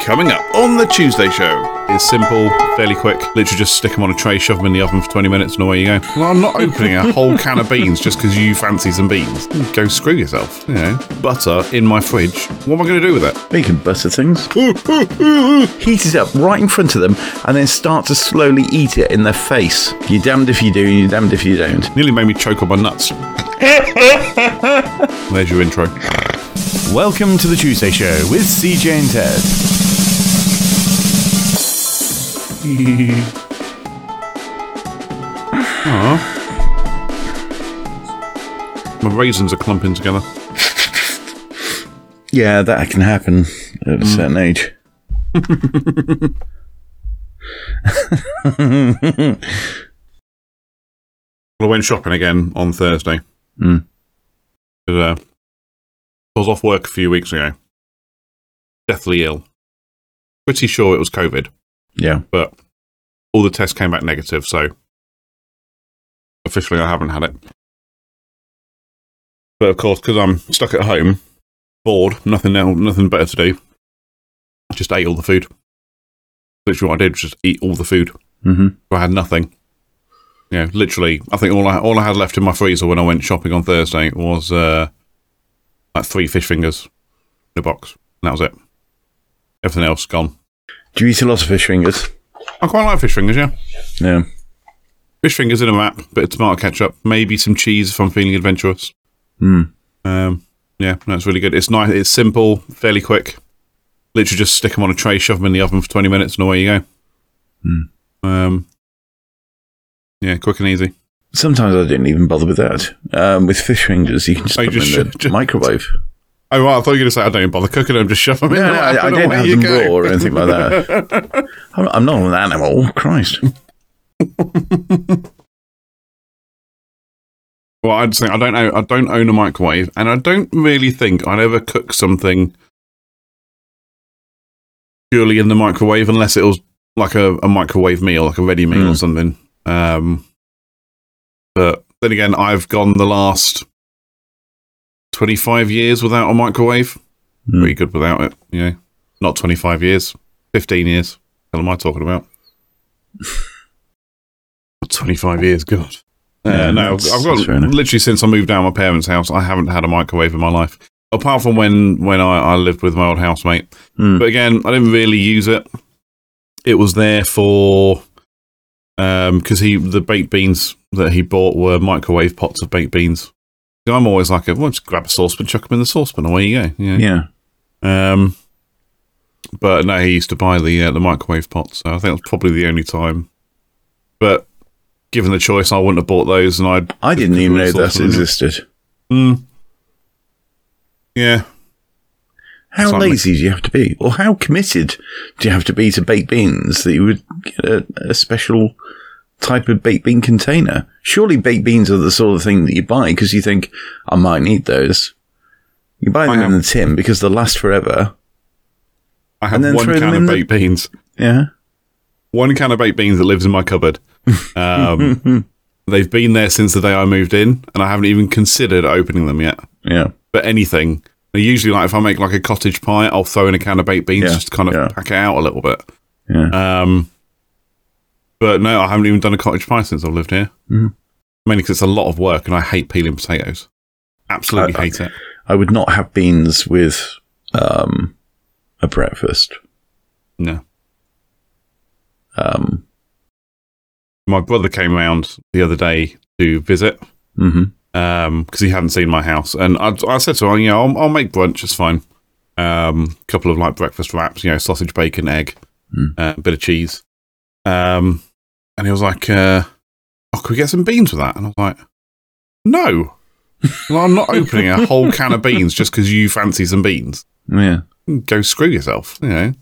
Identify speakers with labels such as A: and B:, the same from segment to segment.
A: Coming up on the Tuesday show. It's simple, fairly quick. Literally just stick them on a tray, shove them in the oven for 20 minutes, and away you go. Well, I'm not opening a whole can of beans just because you fancy some beans. Go screw yourself, you know. Butter in my fridge. What am I going to do with it?
B: You can butter things. Heat it up right in front of them and then start to slowly eat it in their face. You're damned if you do, you're damned if you don't.
A: Nearly made me choke on my nuts. There's your intro.
C: Welcome to the Tuesday Show with CJ and Ted.
A: My raisins are clumping together.
B: Yeah, that can happen at a
C: Mm.
B: certain age.
A: Well, I went shopping again on Thursday. But, uh, I was off work a few weeks ago. Deathly ill. Pretty sure it was COVID,
B: Yeah.
A: but all the tests came back negative, so officially I haven't had it. But of course, because I'm stuck at home, bored, nothing else, nothing better to do, I just ate all the food. Literally, what I did was just eat all the food.
B: hmm
A: I had nothing. Yeah, literally. I think all I all I had left in my freezer when I went shopping on Thursday was uh, like three fish fingers in a box. And that was it. Everything else gone.
B: Do you eat a lot of fish fingers?
A: I quite like fish fingers. Yeah,
B: No.
A: fish fingers in a wrap, bit of tomato ketchup, maybe some cheese if I'm feeling adventurous.
B: Mm.
A: Um, yeah, no, it's really good. It's nice. It's simple, fairly quick. Literally, just stick them on a tray, shove them in the oven for 20 minutes, and away you go.
B: Hmm.
A: Um, yeah, quick and easy.
B: Sometimes I didn't even bother with that. Um, with fish fingers, you can just
A: Oh, you
B: put
A: just
B: them in
A: sh-
B: the
A: just-
B: microwave.
A: Oh, right, I thought you were going to say I don't even bother cooking them, just shove them in.
B: No,
A: the
B: no,
A: wrap
B: I, I
A: and
B: don't
A: away
B: have
A: you
B: them
A: go.
B: raw or anything like that. I'm, I'm not an animal. Christ.
A: Well, I'd say I don't know. I don't own a microwave, and I don't really think I'd ever cook something purely in the microwave, unless it was like a, a microwave meal, like a ready meal or
B: Mm.
A: something. Um, but then again, I've gone the last twenty five years without a microwave.
B: Mm.
A: Pretty good without it, you know. Not twenty five years, fifteen years. What am I talking about? twenty five years, God.
B: Yeah,
A: Uh, no, I've
B: that's-
A: I've
B: that's
A: got
B: fair enough.
A: literally since I moved down my parents' house, I haven't had a microwave in my life, apart from when when I, I lived with my old housemate.
B: Mm.
A: But again, I didn't really use it. It was there for um because he the baked beans that he bought were microwave pots of baked beans. So I'm always like, well, just grab a saucepan, chuck them in the saucepan, away you go. Yeah.
B: Yeah.
A: Um, but no, he used to buy the uh, the microwave pots. So I think that's probably the only time. But given the choice, I wouldn't have bought those, and I'd
B: I didn't even know
A: Just
B: that
A: saucepan, yeah.
B: existed.
A: Mm. Yeah,
B: How
A: Something.
B: lazy do you have to be, or how committed do you have to be to baked beans that you would get a, a special type of baked bean container? Surely baked beans are the sort of thing that you buy because you think I might need those. You buy them
A: I
B: in the tin because they'll last forever.
A: I have
B: And then
A: one
B: throw them
A: can of
B: in the-
A: baked beans.
B: Yeah,
A: One can of baked beans that lives in my cupboard. Um, they've been there since the day I moved in, and I haven't even considered opening them yet.
B: yeah,
A: But anything. They Usually, like if I make like a cottage pie, I'll throw in a can of baked beans
B: Yeah,
A: just to kind of
B: yeah.
A: pack it out a little bit.
B: yeah.
A: Um, but no, I haven't even done a cottage pie since I've lived here.
B: Mhm.
A: Mainly because it's a lot of work, and I hate peeling potatoes. Absolutely hate it.
B: I would not have beans with um, a breakfast.
A: No.
B: Um,
A: My brother came round the other day to visit,
B: hmm
A: because um, he hadn't seen my house. And I, I said to him, you know, I'll, I'll make brunch, it's fine. A um, couple of like breakfast wraps, you know, sausage, bacon, egg,
B: Mm.
A: uh, a bit of cheese. Um, and he was like, uh, oh, could we get some beans with that? And I was like, no. Well, I'm not opening a whole can of beans just because you fancy some beans.
B: Yeah.
A: Go screw yourself, you know. And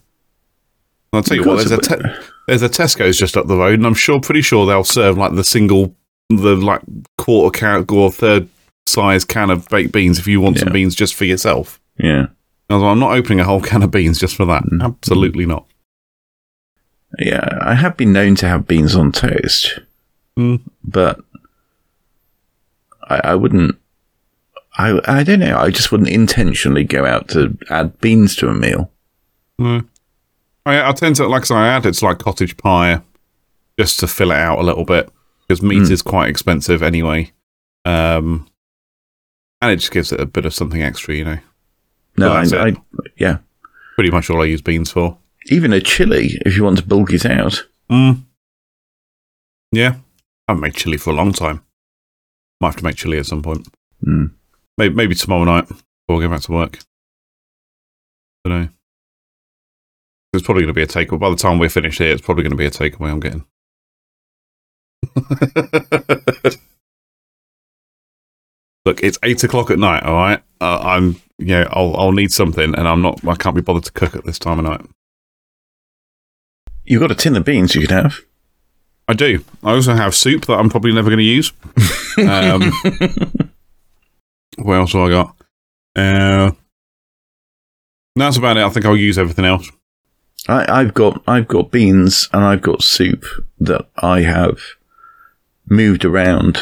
A: I'll tell you
B: Of
A: what,
B: course
A: there's a,
B: it would.
A: te- there's a Tesco's just up the road, and I'm sure, pretty sure they'll serve like the single, the like quarter can or third size can of baked beans if you want some
B: Yeah.
A: beans just for yourself.
B: Yeah.
A: I was like, I'm not opening a whole can of beans just for that.
B: Mm.
A: Absolutely not.
B: Yeah, I have been known to have beans on toast,
A: Mm.
B: but I, I wouldn't. I I don't know. I just wouldn't intentionally go out to add beans to a meal.
A: No. I, I tend to, like I say, I added like cottage pie just to fill it out a little bit because meat
B: Mm.
A: is quite expensive anyway. Um, and it just gives it a bit of something extra, you know.
B: No,
A: Well,
B: I,
A: that's
B: I,
A: it.
B: yeah.
A: Pretty much all I use beans for.
B: Even a chili, if you want to bulk it out.
A: Mm. Yeah. I haven't made chili for a long time. Might have to make chili at some point.
B: Mm.
A: Maybe, maybe tomorrow night before I go back to work. don't know. It's probably going to be a takeaway. By the time we're finished here, it's probably going to be a takeaway I'm getting. Look, it's eight o'clock at night. All right, uh, I'm yeah. I'll I'll need something, and I'm not. I can't be bothered to cook at this time of night.
B: You've got a tin of beans you could have.
A: I do. I also have soup that I'm probably never going to use. Um, what else have I got? Uh, that's about it. I think I'll use everything else.
B: I, I've got I've got beans and I've got soup that I have moved around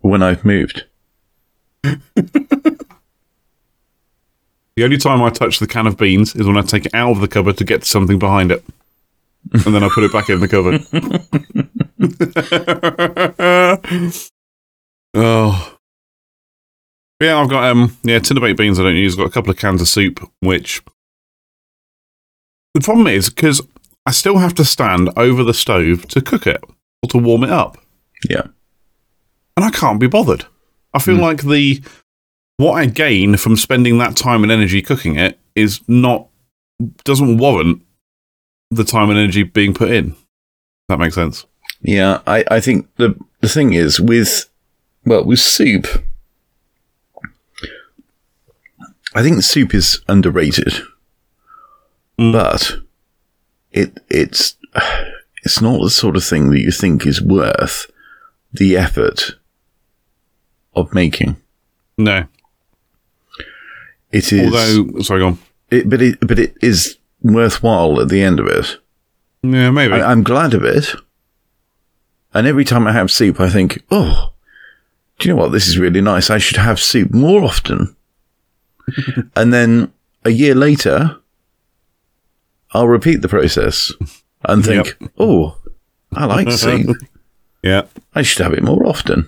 B: when I've moved.
A: The only time I touch the can of beans is when I take it out of the cupboard to get to something behind it. And then I put it back in the cupboard. oh. Yeah, I've got um yeah, tin of baked beans I don't use. I've got a couple of cans of soup, which the problem is because I still have to stand over the stove to cook it or to warm it up
B: Yeah.
A: and I can't be bothered. I feel like the what I gain from spending that time and energy cooking it is not doesn't warrant the time and energy being put in. If That makes sense.
B: Yeah, I, I think the the thing is with well with soup, I think soup is underrated, but it it's it's not the sort of thing that you think is worth the effort of making.
A: No,
B: It is,
A: although sorry, go on.
B: it, but it but it is worthwhile at the end of it.
A: Yeah, maybe.
B: I, I'm glad of it. And every time I have soup, I think, oh, do you know what? This is really nice. I should have soup more often. and then a year later, I'll repeat the process and think, oh, I like soup.
A: yeah,
B: I should have it more often.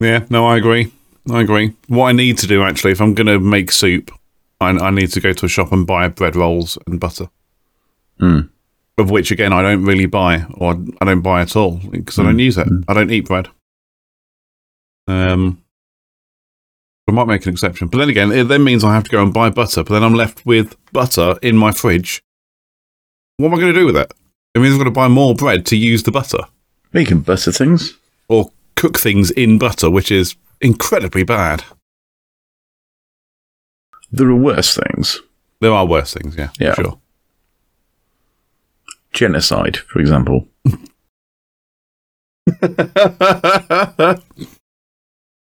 A: yeah. No, I agree. I agree. What I need to do actually, if I'm going to make soup, I, I need to go to a shop and buy bread rolls and butter.
B: Hmm.
A: Of which, again, I don't really buy, or I don't buy at all because I don't use it. I don't eat bread. Um, I might make an exception, but then again, it then means I have to go and buy butter. But then I'm left with butter in my fridge. What am I going to do with it? It means I've got to buy more bread to use the butter
B: You can butter things.
A: or cook things in butter, which is incredibly bad.
B: There are worse things.
A: There are worse things, yeah,
B: Yeah.
A: sure.
B: Genocide, for example.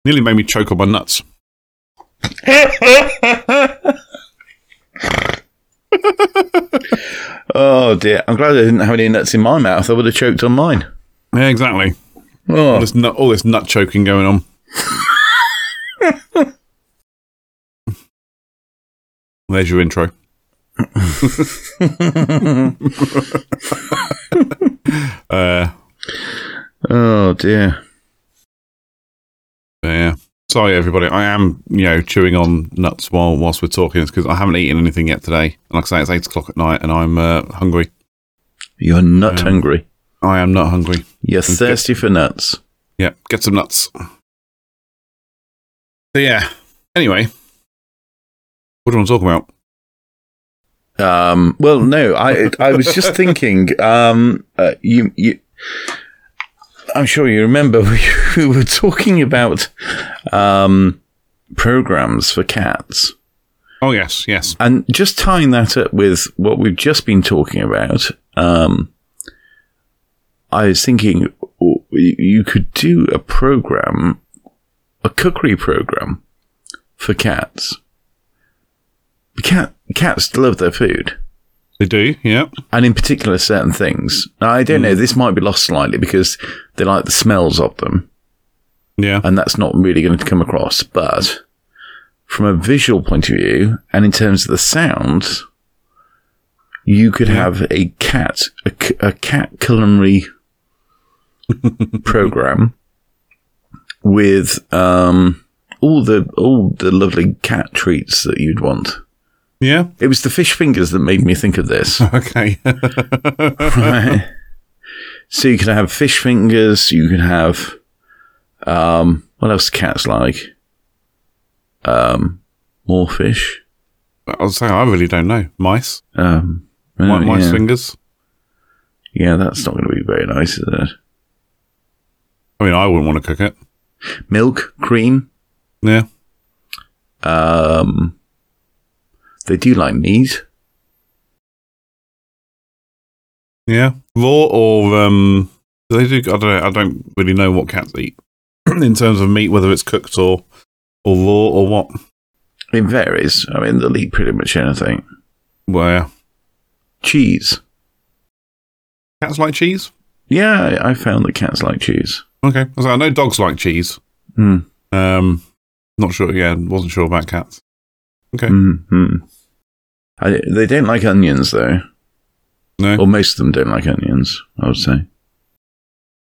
A: Nearly made me choke on my nuts.
B: Oh dear. I'm glad I didn't have any nuts in my mouth. I would have choked on mine.
A: Yeah, exactly. All
B: Oh,
A: this nut, all this nut choking going on. There's your intro. uh,
B: oh dear.
A: Yeah. Sorry, everybody. I am, you know, chewing on nuts while whilst we're talking. It's because I haven't eaten anything yet today. And like I say, it's eight o'clock at night, and I'm uh, hungry.
B: You're nut hungry.
A: I am not hungry.
B: You're thirsty for nuts.
A: Yeah, get some nuts. So yeah. Anyway, what do you want to talk about?
B: Um, well, no, I I was just thinking. Um, uh, you you, I'm sure you remember we, we were talking about um, programs for cats,
A: Oh yes, yes.
B: and just tying that up with what we've just been talking about. Um, I was thinking w- you could do a program, a cookery program for cats. Cat cats love their food
A: They do. Yeah.
B: and in particular certain things. Now, I don't know, this might be lost slightly because they like the smells of them,
A: Yeah.
B: and that's not really going to come across. But from a visual point of view, and in terms of the sounds, you could have a cat, a, c- a cat culinary program with um, all the all the lovely cat treats that you'd want.
A: Yeah.
B: It was the fish fingers that made me think of this.
A: Okay.
B: Right. So you could have fish fingers. You could have um, what else? do Cats like um, more fish.
A: I'll say I really don't know. Mice,
B: Um,
A: Mi-
B: oh,
A: mice
B: yeah.
A: fingers.
B: yeah, that's not going to be very nice, is it?
A: I mean, I wouldn't want to cook it.
B: Milk, cream.
A: Yeah.
B: Um, they do like meat.
A: Yeah. Raw or um, do they do. I don't. Know, I don't really know what cats eat in terms of meat, whether it's cooked or or raw or what.
B: It varies. I mean, they'll eat pretty much anything.
A: Well, yeah.
B: Cheese.
A: cats like cheese.
B: Yeah, I I found that cats like cheese.
A: Okay. So I know dogs like cheese.
B: Hmm.
A: Um, not sure. Yeah, wasn't sure about cats.
B: hmm I, they don't like onions, though.
A: No.
B: Or most of them don't like onions, I would say.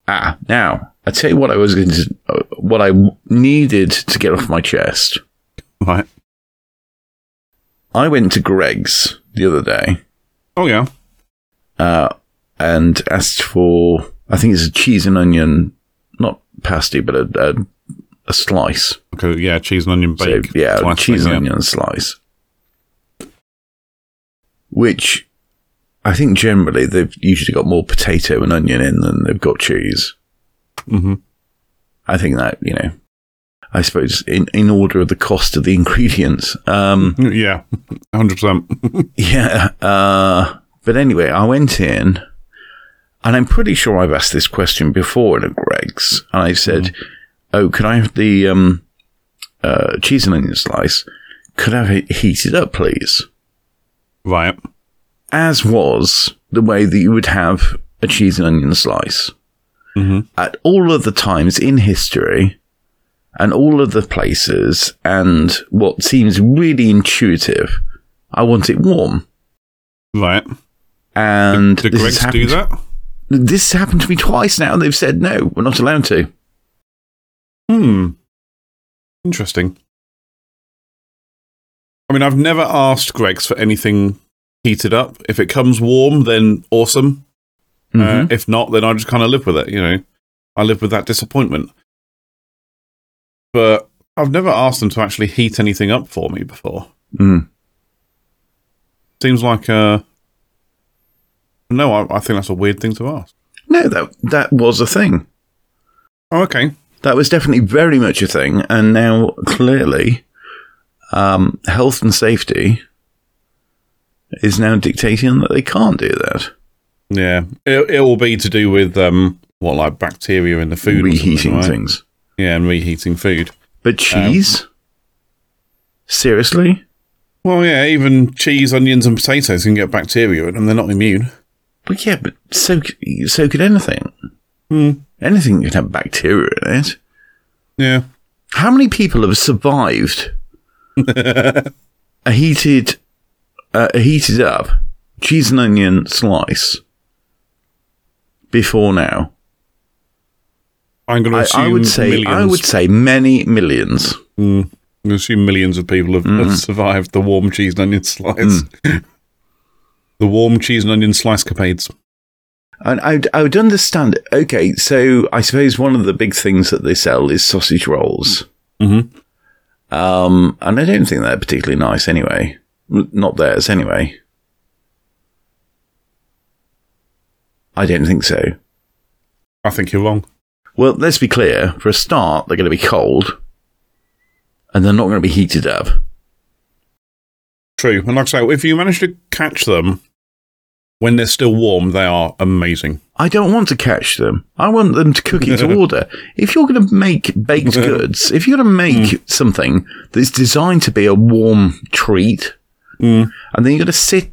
B: Ah, now, I tell you what I was going to, uh, what I w- needed to get off my chest. Oh.
A: Right.
B: I went to Greg's the other day
A: Oh yeah.
B: uh, and asked for, I think it's a cheese and onion, not pasty, but a, a, a slice.
A: Okay. Yeah, cheese and onion
B: So,
A: bake.
B: yeah,
A: slice
B: cheese
A: thing,
B: and onion slice. Which I think generally they've usually got more potato and onion in than they've got cheese.
A: Yeah. hmm
B: I think that, you know, I suppose in, in order of the cost of the ingredients. Um,
A: Yeah. Hundred percent.
B: yeah. Uh, but anyway, I went in and I'm pretty sure I've asked this question before in a Greg's. And I said, Oh, could I have the um, uh, cheese and onion slice? Could I have it heated up, please?
A: Right.
B: as was the way that you would have a cheese and onion slice. At all of the times in history and all of the places, and what seems really intuitive, I want it warm.
A: Right.
B: And
A: Do
B: this has
A: Greg's do
B: happened-
A: that?
B: This has happened to me twice now. They've said no, we're not allowed to.
A: Hmm. Interesting. I mean, I've never asked Greg's for anything heated up. If it comes warm, then awesome.
B: Mm-hmm.
A: Uh, if not, then I just kind of live with it. You know, I live with that disappointment. But I've never asked them to actually heat anything up for me before.
B: Mm.
A: Seems like uh No, I, I think that's a weird thing to ask.
B: No, that that was a thing.
A: Oh, okay.
B: That was definitely very much a thing, and now clearly, um, health and safety is now dictating that they can't do that.
A: Yeah, it, it will be to do with um what like bacteria in the food, or something,
B: Reheating
A: right?
B: things,
A: Yeah, and reheating food.
B: but cheese. Seriously,
A: Well, yeah, even cheese, onions, and potatoes can get bacteria in, and they're not immune.
B: but yeah, but so c- so could anything.
A: Hmm.
B: Anything could have bacteria in it.
A: Yeah,
B: How many people have survived a heated, uh, a heated up cheese and onion slice before now?
A: I'm going to
B: I,
A: assume
B: I would say
A: millions. Hmm.
B: I would say many millions.
A: I'm gonna assume millions of people have,
B: Mm-hmm.
A: have survived the warm cheese and onion slice.
B: Mm.
A: the warm cheese and onion slice capades.
B: And I'd, I would understand. Okay, so I suppose one of the big things that they sell is sausage rolls.
A: Mhm.
B: Um, and I don't think they're particularly nice anyway. N- Not theirs anyway. I don't think so.
A: I think you're wrong.
B: Well, let's be clear. For a start, they're going to be cold, and they're not going to be heated up.
A: True, and like I say, if you manage to catch them when they're still warm, they are amazing.
B: I don't want to catch them. I want them to cook it to order. If you're going to make baked goods, if you're going to make something that's designed to be a warm treat,
A: Mm.
B: and then you're going to sit,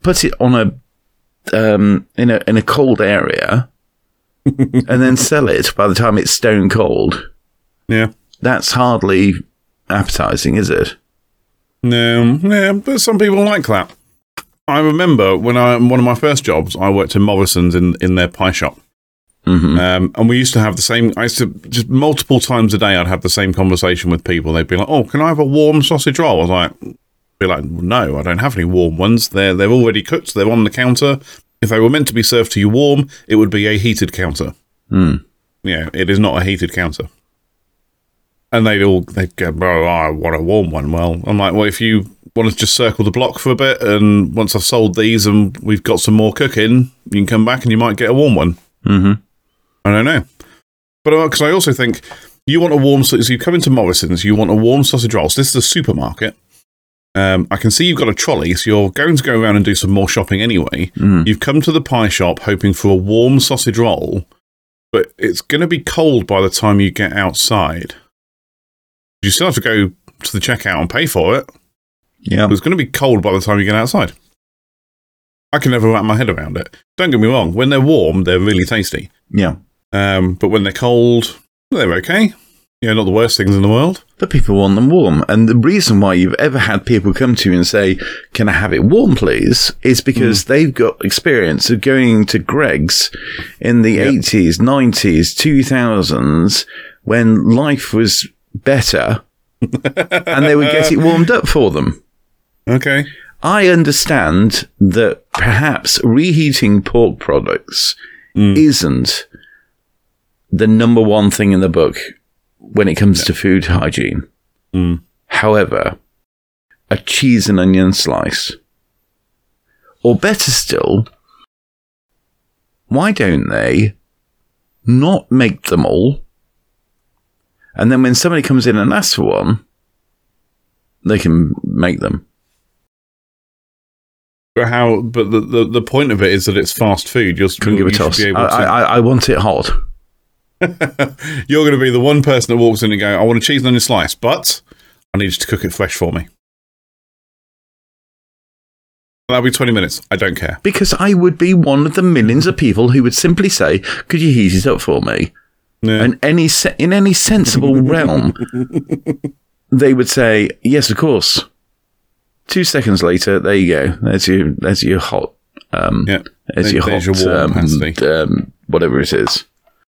B: put it on a um, in a in a cold area, and then sell it by the time it's stone cold,
A: Yeah.
B: that's hardly appetizing, is it?
A: No, Um, yeah, but some people like that. I remember when I one of my first jobs, I worked in Morrison's in, in their pie shop,
B: Mm-hmm.
A: um, and we used to have the same. I used to just multiple times a day, I'd have the same conversation with people. They'd be like, "Oh, can I have a warm sausage roll?" I was like, "Be like, no, I don't have any warm ones. They're they're already cooked. They're on the counter. If they were meant to be served to you warm, it would be a heated counter. Yeah, it is not a heated counter." And they'd all they'd go, "Bro, I want a warm one." Well, I'm like, "Well, if you want to just circle the block for a bit, and once I've sold these and we've got some more cooking, you can come back and you might get a warm one."
B: Mm-hmm.
A: I don't know. But because I also think you want a warm sausage. You come into Morrison's, you want a warm sausage roll. So this is a supermarket. Um, I can see you've got a trolley, so you're going to go around and do some more shopping anyway. You've come to the pie shop hoping for a warm sausage roll, but it's going to be cold by the time you get outside. You still have to go to the checkout and pay for it.
B: Yeah.
A: But it's going to be cold by the time you get outside. I can never wrap my head around it. Don't get me wrong. When they're warm, they're really tasty.
B: Yeah.
A: Um, but when they're cold, they're okay. You know, not the worst things in the world.
B: But people want them warm. And the reason why you've ever had people come to you and say, Can I have it warm, please? is because they've got experience of going to Greg's in the 80s, 90s, 2000s, when life was better and they would get it warmed up for them.
A: Okay.
B: I understand that perhaps reheating pork products
A: Mm.
B: isn't the number one thing in the book when it comes to food hygiene.
A: mm.
B: However, a cheese and onion slice, or better still, why don't they not make them all? And then when somebody comes in and asks for one, they can make them.
A: But how? But the, the, the point of it is that it's fast food. You're
B: Couldn't give a
A: you should
B: toss.
A: Be
B: I,
A: able to,
B: I, I want it hot.
A: you're going to be the one person that walks in and go, "I want a cheese and onion slice," but I need you to cook it fresh for me. That'll be twenty minutes. I don't care.
B: Because I would be one of the millions of people who would simply say, Could you heat it up for me?
A: Yeah.
B: And any se- in any sensible realm, they would say, Yes, of course. Two seconds later, there you go. There's your, there's your hot, um,
A: yeah.
B: there's your
A: There's
B: hot,
A: your warm
B: um,
A: pasty.
B: um, whatever it is.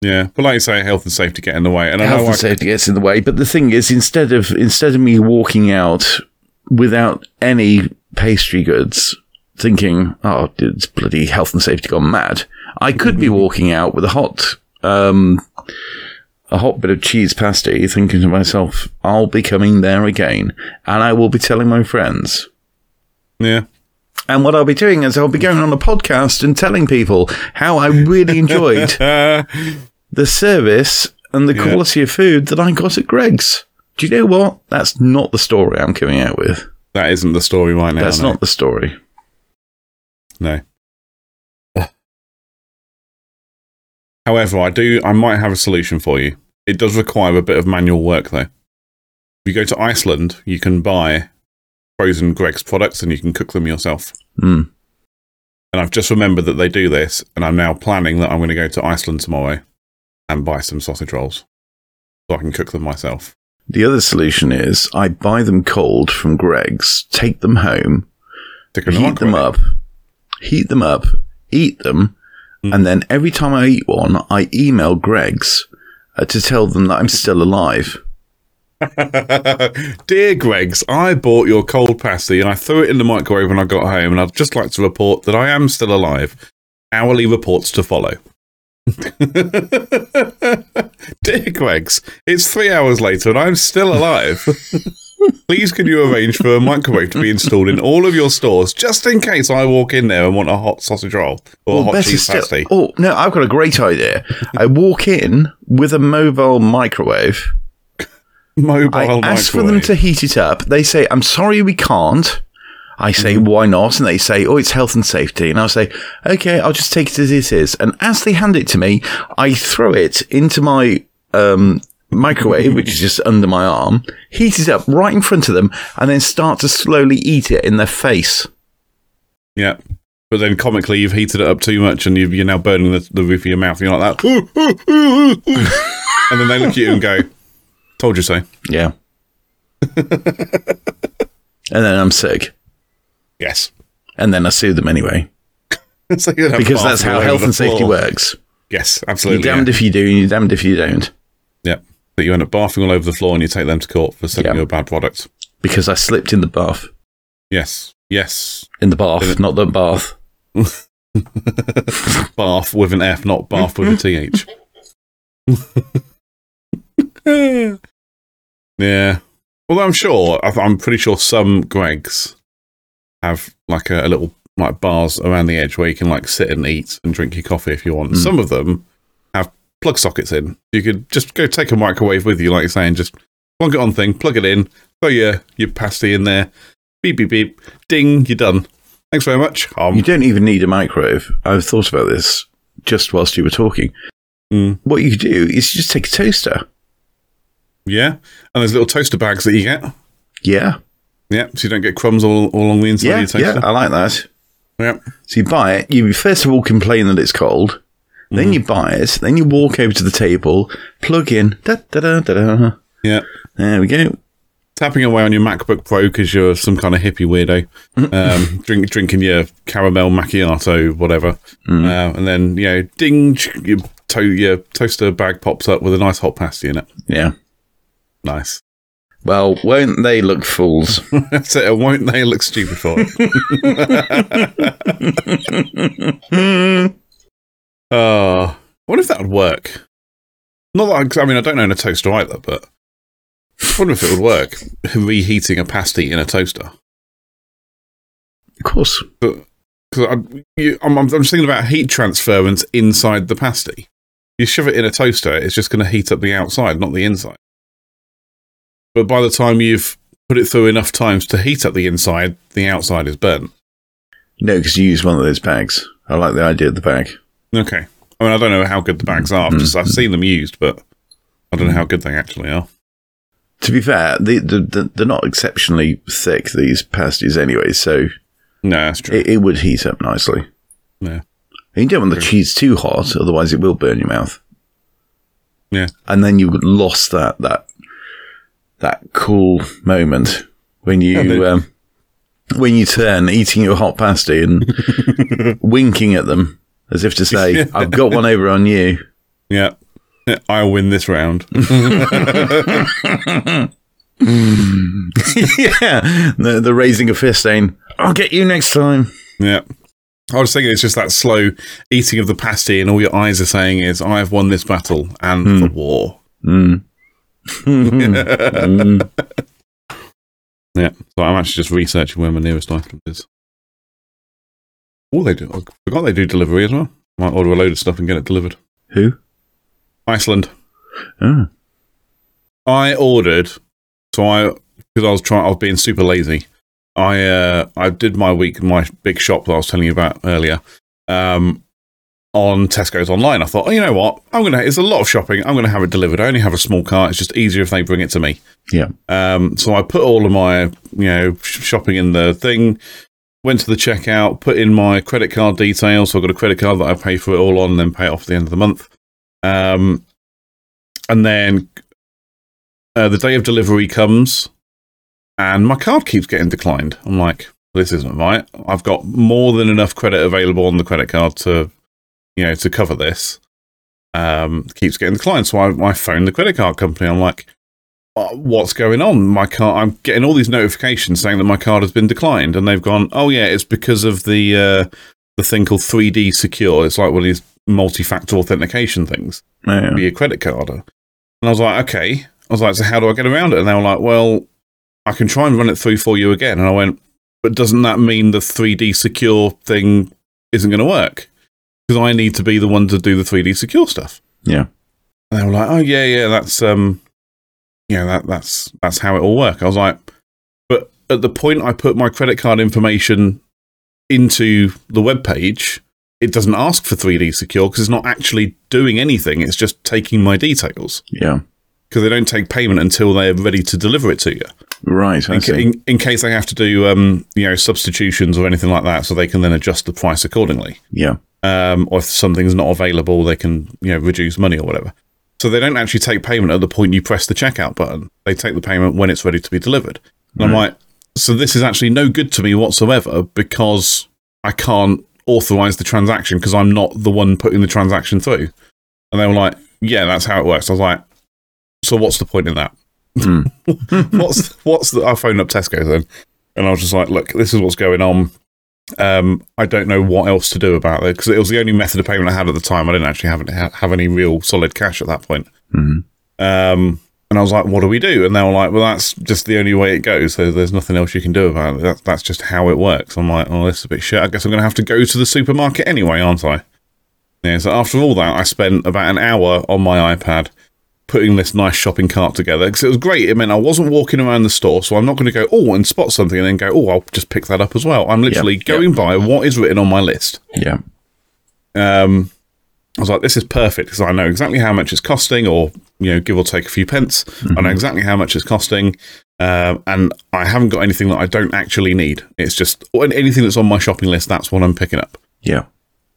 A: Yeah. But like you say, health and safety get in the way. And I
B: health
A: know
B: and
A: I,
B: safety gets in the way. But the thing is, instead of instead of me walking out without any pastry goods, thinking, "Oh, it's bloody health and safety gone mad," I could be walking out with a hot, um, a hot bit of cheese pasty, thinking to myself, "I'll be coming there again," and I will be telling my friends.
A: yeah.
B: And what I'll be doing is I'll be going on a podcast and telling people how I really enjoyed
A: Uh,
B: the service and the quality of food that I got at Greg's. Do you know what? That's not the story I'm coming out with.
A: that isn't the story right now.
B: That's
A: no.
B: not the story.
A: No. However, I do. I might have a solution for you. It does require a bit of manual work, though. If you go to Iceland, you can buy frozen Greg's products and you can cook them yourself.
B: Hmm.
A: And I've just remembered that they do this, and I'm now planning that I'm going to go to Iceland tomorrow and buy some sausage rolls so I can cook them myself.
B: The other solution is I buy them cold from Greg's, take them home,
A: Stick 'em in the
B: heat them
A: microwave.
B: up, heat them up, eat them,
A: Hmm.
B: and then every time I eat one, I email Greg's uh, to tell them that I'm still alive.
A: Dear Greg's, I bought your cold pasty and I threw it in the microwave when I got home, and I'd just like to report that I am still alive. Hourly reports to follow. Dear Greg's, it's three hours later and I'm still alive. Please, can you arrange for a microwave to be installed in all of your stores just in case I walk in there and want a hot sausage roll or a hot cheese pasty?
B: oh no, I've got a great idea. I walk in with a mobile microwave.
A: Mobile
B: I
A: microwave.
B: ask for them to heat it up. They say, I'm sorry, we can't. I say,
A: Mm-hmm.
B: why not? And they say, oh, it's health and safety. And I'll say, okay, I'll just take it as it is. And as they hand it to me, I throw it into my um, microwave, which is just under my arm, heat it up right in front of them, and then start to slowly eat it in their face.
A: Yeah. But then comically, you've heated it up too much and you've, you're now burning the, the roof of your mouth. You're like that. and then they look at you and go, Told you so.
B: Yeah. and then I'm sick,
A: Yes.
B: and then I sue them anyway
A: So you'll have
B: because
A: half
B: that's
A: the
B: how
A: way
B: health
A: over
B: and
A: the
B: safety
A: floor.
B: works.
A: Yes,
B: You're
A: absolutely.
B: damned
A: yeah.
B: if you do, and you're damned if you don't.
A: Yep. But you end up barfing all over the floor and you take them to court for selling
B: Yeah.
A: you a bad product.
B: Because I slipped in the bath,
A: Yes. Yes.
B: in the bath, not the bath.
A: Bath with an F, not bath with a TH. yeah. Although I'm sure, I- I'm pretty sure some Greg's have like a, a little like bars around the edge where you can like sit and eat and drink your coffee if you want. Some of them have plug sockets in. You could just go take a microwave with you, like you're saying, just plug it on thing, plug it in, throw your, your pasty in there, beep, beep, beep, ding, you're done. Thanks very much. Um,
B: You don't even need a microwave. I've thought about this just whilst you were talking.
A: Mm.
B: What you could do is just take a toaster.
A: Yeah, and there's little toaster bags that you get.
B: Yeah.
A: Yeah, so you don't get crumbs all, all along the inside
B: Yeah.
A: of your
B: Yeah.
A: toaster.
B: I like that.
A: Yeah.
B: So you buy it, you first of all complain that it's cold,
A: Hmm.
B: then you buy it, then you walk over to the table, plug in, da da da da da.
A: yeah,
B: There we go.
A: Tapping away on your MacBook Pro because you're some kind of hippie weirdo.
B: Mm-hmm.
A: Um, drink drinking your caramel macchiato, whatever,
B: Mm.
A: uh, and then you know, ding, ch- your, to- your toaster bag pops up with a nice hot pasty in it.
B: Yeah.
A: Nice.
B: Well, won't they look fools?
A: That's it. Won't they look stupid for it? Oh, I wonder if that would work. Not that I, 'cause I mean, I don't own a toaster either, but I wonder if it would work reheating a pasty in a toaster.
B: of course.
A: Because I'm, I'm, I'm just thinking about heat transference inside the pasty. You shove it in a toaster, it's just going to heat up the outside, not the inside. But by the time you've put it through enough times to heat up the inside, the outside is burnt.
B: No, because you use one of those bags. I like the idea of the bag.
A: Okay. I mean, I don't know how good the bags are. I've Just, I've seen them used, but I don't know how good they actually are.
B: To be fair, the, the, the, they're not exceptionally thick, these pasties, anyway, so
A: No, that's true.
B: it, it would heat up nicely.
A: yeah.
B: And you don't want the cheese too hot, otherwise it will burn your mouth.
A: Yeah.
B: and then you've lost that that that cool moment when you
A: but-
B: um, when you turn eating your hot pasty and winking at them as if to say, "I've got one over on you."
A: Yeah. I'll win this round.
B: yeah, the, the raising a fist, saying, "I'll get you next time."
A: yeah. I was thinking it's just that slow eating of the pasty, and all your eyes are saying is, I have won this battle and the war.
B: Mm.
A: Hmm. Yeah. So I'm actually just researching where my nearest Iceland is. Oh, they do. I forgot they do delivery as well. Might order a load of stuff and get it delivered.
B: Who?
A: Iceland.
B: Oh,
A: I ordered, so I because I was trying, I was being super lazy. I uh, I did my week, my big shop that I was telling you about earlier, um, on Tesco's online. I thought, oh, you know what, I'm gonna. It's a lot of shopping. I'm gonna have it delivered. I only have a small cart. It's just easier if they bring it to me.
B: yeah.
A: Um, so I put all of my, you know, sh- shopping in the thing, went to the checkout, put in my credit card details. So I got a credit card that I pay for it all on and then pay it off at the end of the month. Um, and then uh, the day of delivery comes and my card keeps getting declined. I'm like, this isn't right. I've got more than enough credit available on the credit card to, you know, to cover this. Um, keeps getting declined. So I, I phoned the credit card company. I'm like, uh, what's going on? My card. I'm getting all these notifications saying that my card has been declined, and they've gone, "Oh yeah, it's because of the uh, the thing called 3D Secure. It's like one of these multi-factor authentication things.
B: Yeah.
A: Be a credit card." And I was like, "Okay." I was like, "So how do I get around it?" And they were like, "Well, I can try and run it through for you again." And I went, "But doesn't that mean the 3D Secure thing isn't going to work? Because I need to be the one to do the 3D Secure stuff."
B: yeah.
A: And they were like, "Oh yeah, yeah, that's um, yeah, that that's that's how it all work." I was like, "But at the point I put my credit card information into the web page, it doesn't ask for 3D secure because it's not actually doing anything. It's just taking my details
B: Yeah.
A: because they don't take payment until they're ready to deliver it to you."
B: Right. I
A: in, ca-
B: see.
A: in, in case they have to do um, you know substitutions or anything like that, so they can then adjust the price accordingly
B: Yeah.
A: um, or if something's not available, they can you know reduce money or whatever. So they don't actually take payment at the point you press the checkout button. They take the payment when it's ready to be delivered. And I'm like, So this is actually no good to me whatsoever because I can't authorize the transaction because I'm not the one putting the transaction through. And they were like, yeah, that's how it works. I was like, so what's the point in that?
B: Hmm.
A: what's what's the, I phoned up Tesco then, and I was just like, look, this is what's going on. Um, I don't know what else to do about it because it was the only method of payment I had at the time. I didn't actually have have, have any real solid cash at that point.
B: Mhm.
A: Um, and I was like, what do we do? And they were like, well, that's just the only way it goes. So there's nothing else you can do about it. That's that's just how it works. I'm like, oh, this is a bit shit. I guess I'm going to have to go to the supermarket anyway, aren't I? Yeah. So after all that, I spent about an hour on my iPad putting this nice shopping cart together because it was great. It meant I wasn't walking around the store, so I'm not going to go oh and spot something and then go oh I'll just pick that up as well. I'm literally
B: Yep, yep.
A: going by what is written on my list.
B: Yeah.
A: Um, I was like, this is perfect because I know exactly how much it's costing, or you know, give or take a few pence.
B: Mm-hmm.
A: I know exactly how much it's costing, um, and I haven't got anything that I don't actually need. It's just or anything that's on my shopping list. That's what I'm picking up.
B: Yeah.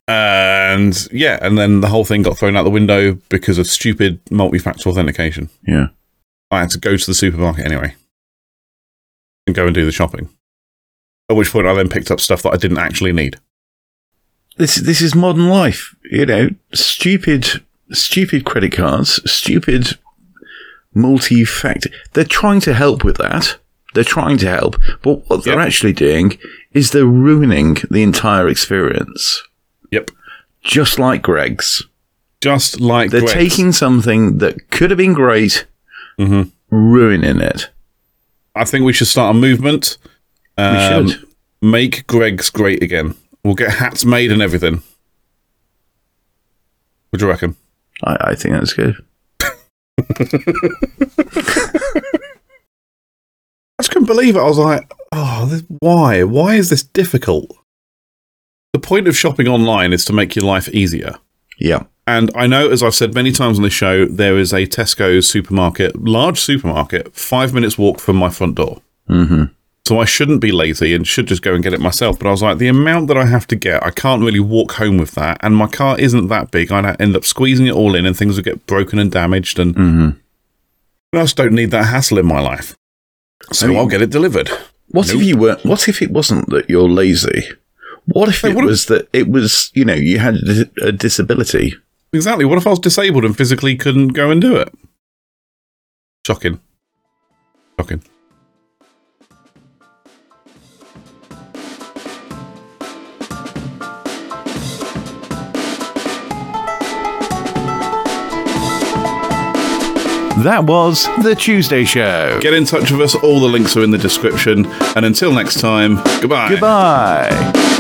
A: And yeah, and then the whole thing got thrown out the window because of stupid multi-factor authentication.
B: Yeah.
A: I had to go to the supermarket anyway and go and do the shopping. At which point, I then picked up stuff that I didn't actually need.
B: This this is modern life. You know, stupid stupid credit cards, stupid multi-factor. They're trying to help with that. They're trying to help, but what they're
A: Yep.
B: actually doing is they're ruining the entire experience.
A: Yep,
B: Just like Greg's.
A: just like
B: They're
A: Greg's.
B: taking something that could have been great,
A: Mhm.
B: Mm-hmm. ruining it.
A: I think we should start a movement.
B: We
A: Um,
B: should.
A: Make Greg's great again. We'll get hats made and everything. What do you reckon?
B: I, I think that's good.
A: I just couldn't believe it. I was like, oh, this, why? Why is this difficult? The point of shopping online is to make your life easier.
B: Yeah.
A: And I know, as I've said many times on this show, there is a Tesco supermarket, large supermarket, five minutes walk from my front door.
B: hmm
A: So I shouldn't be lazy and should just go and get it myself. But I was like, the amount that I have to get, I can't really walk home with that. And my car isn't that big. I'd end up squeezing it all in and things would get broken and damaged. And I just don't need that hassle in my life. So
B: I mean-
A: I'll get it delivered.
B: What if you were? What if it wasn't that you're lazy? What if
A: Hey,
B: it
A: what if-
B: was that it was? You know, you had a dis- a disability.
A: Exactly. What if I was disabled and physically couldn't go and do it? Shocking. Shocking.
C: That was The Tuesday Show.
A: Get in touch with us. All the links are in the description. And until next time, goodbye.
C: Goodbye.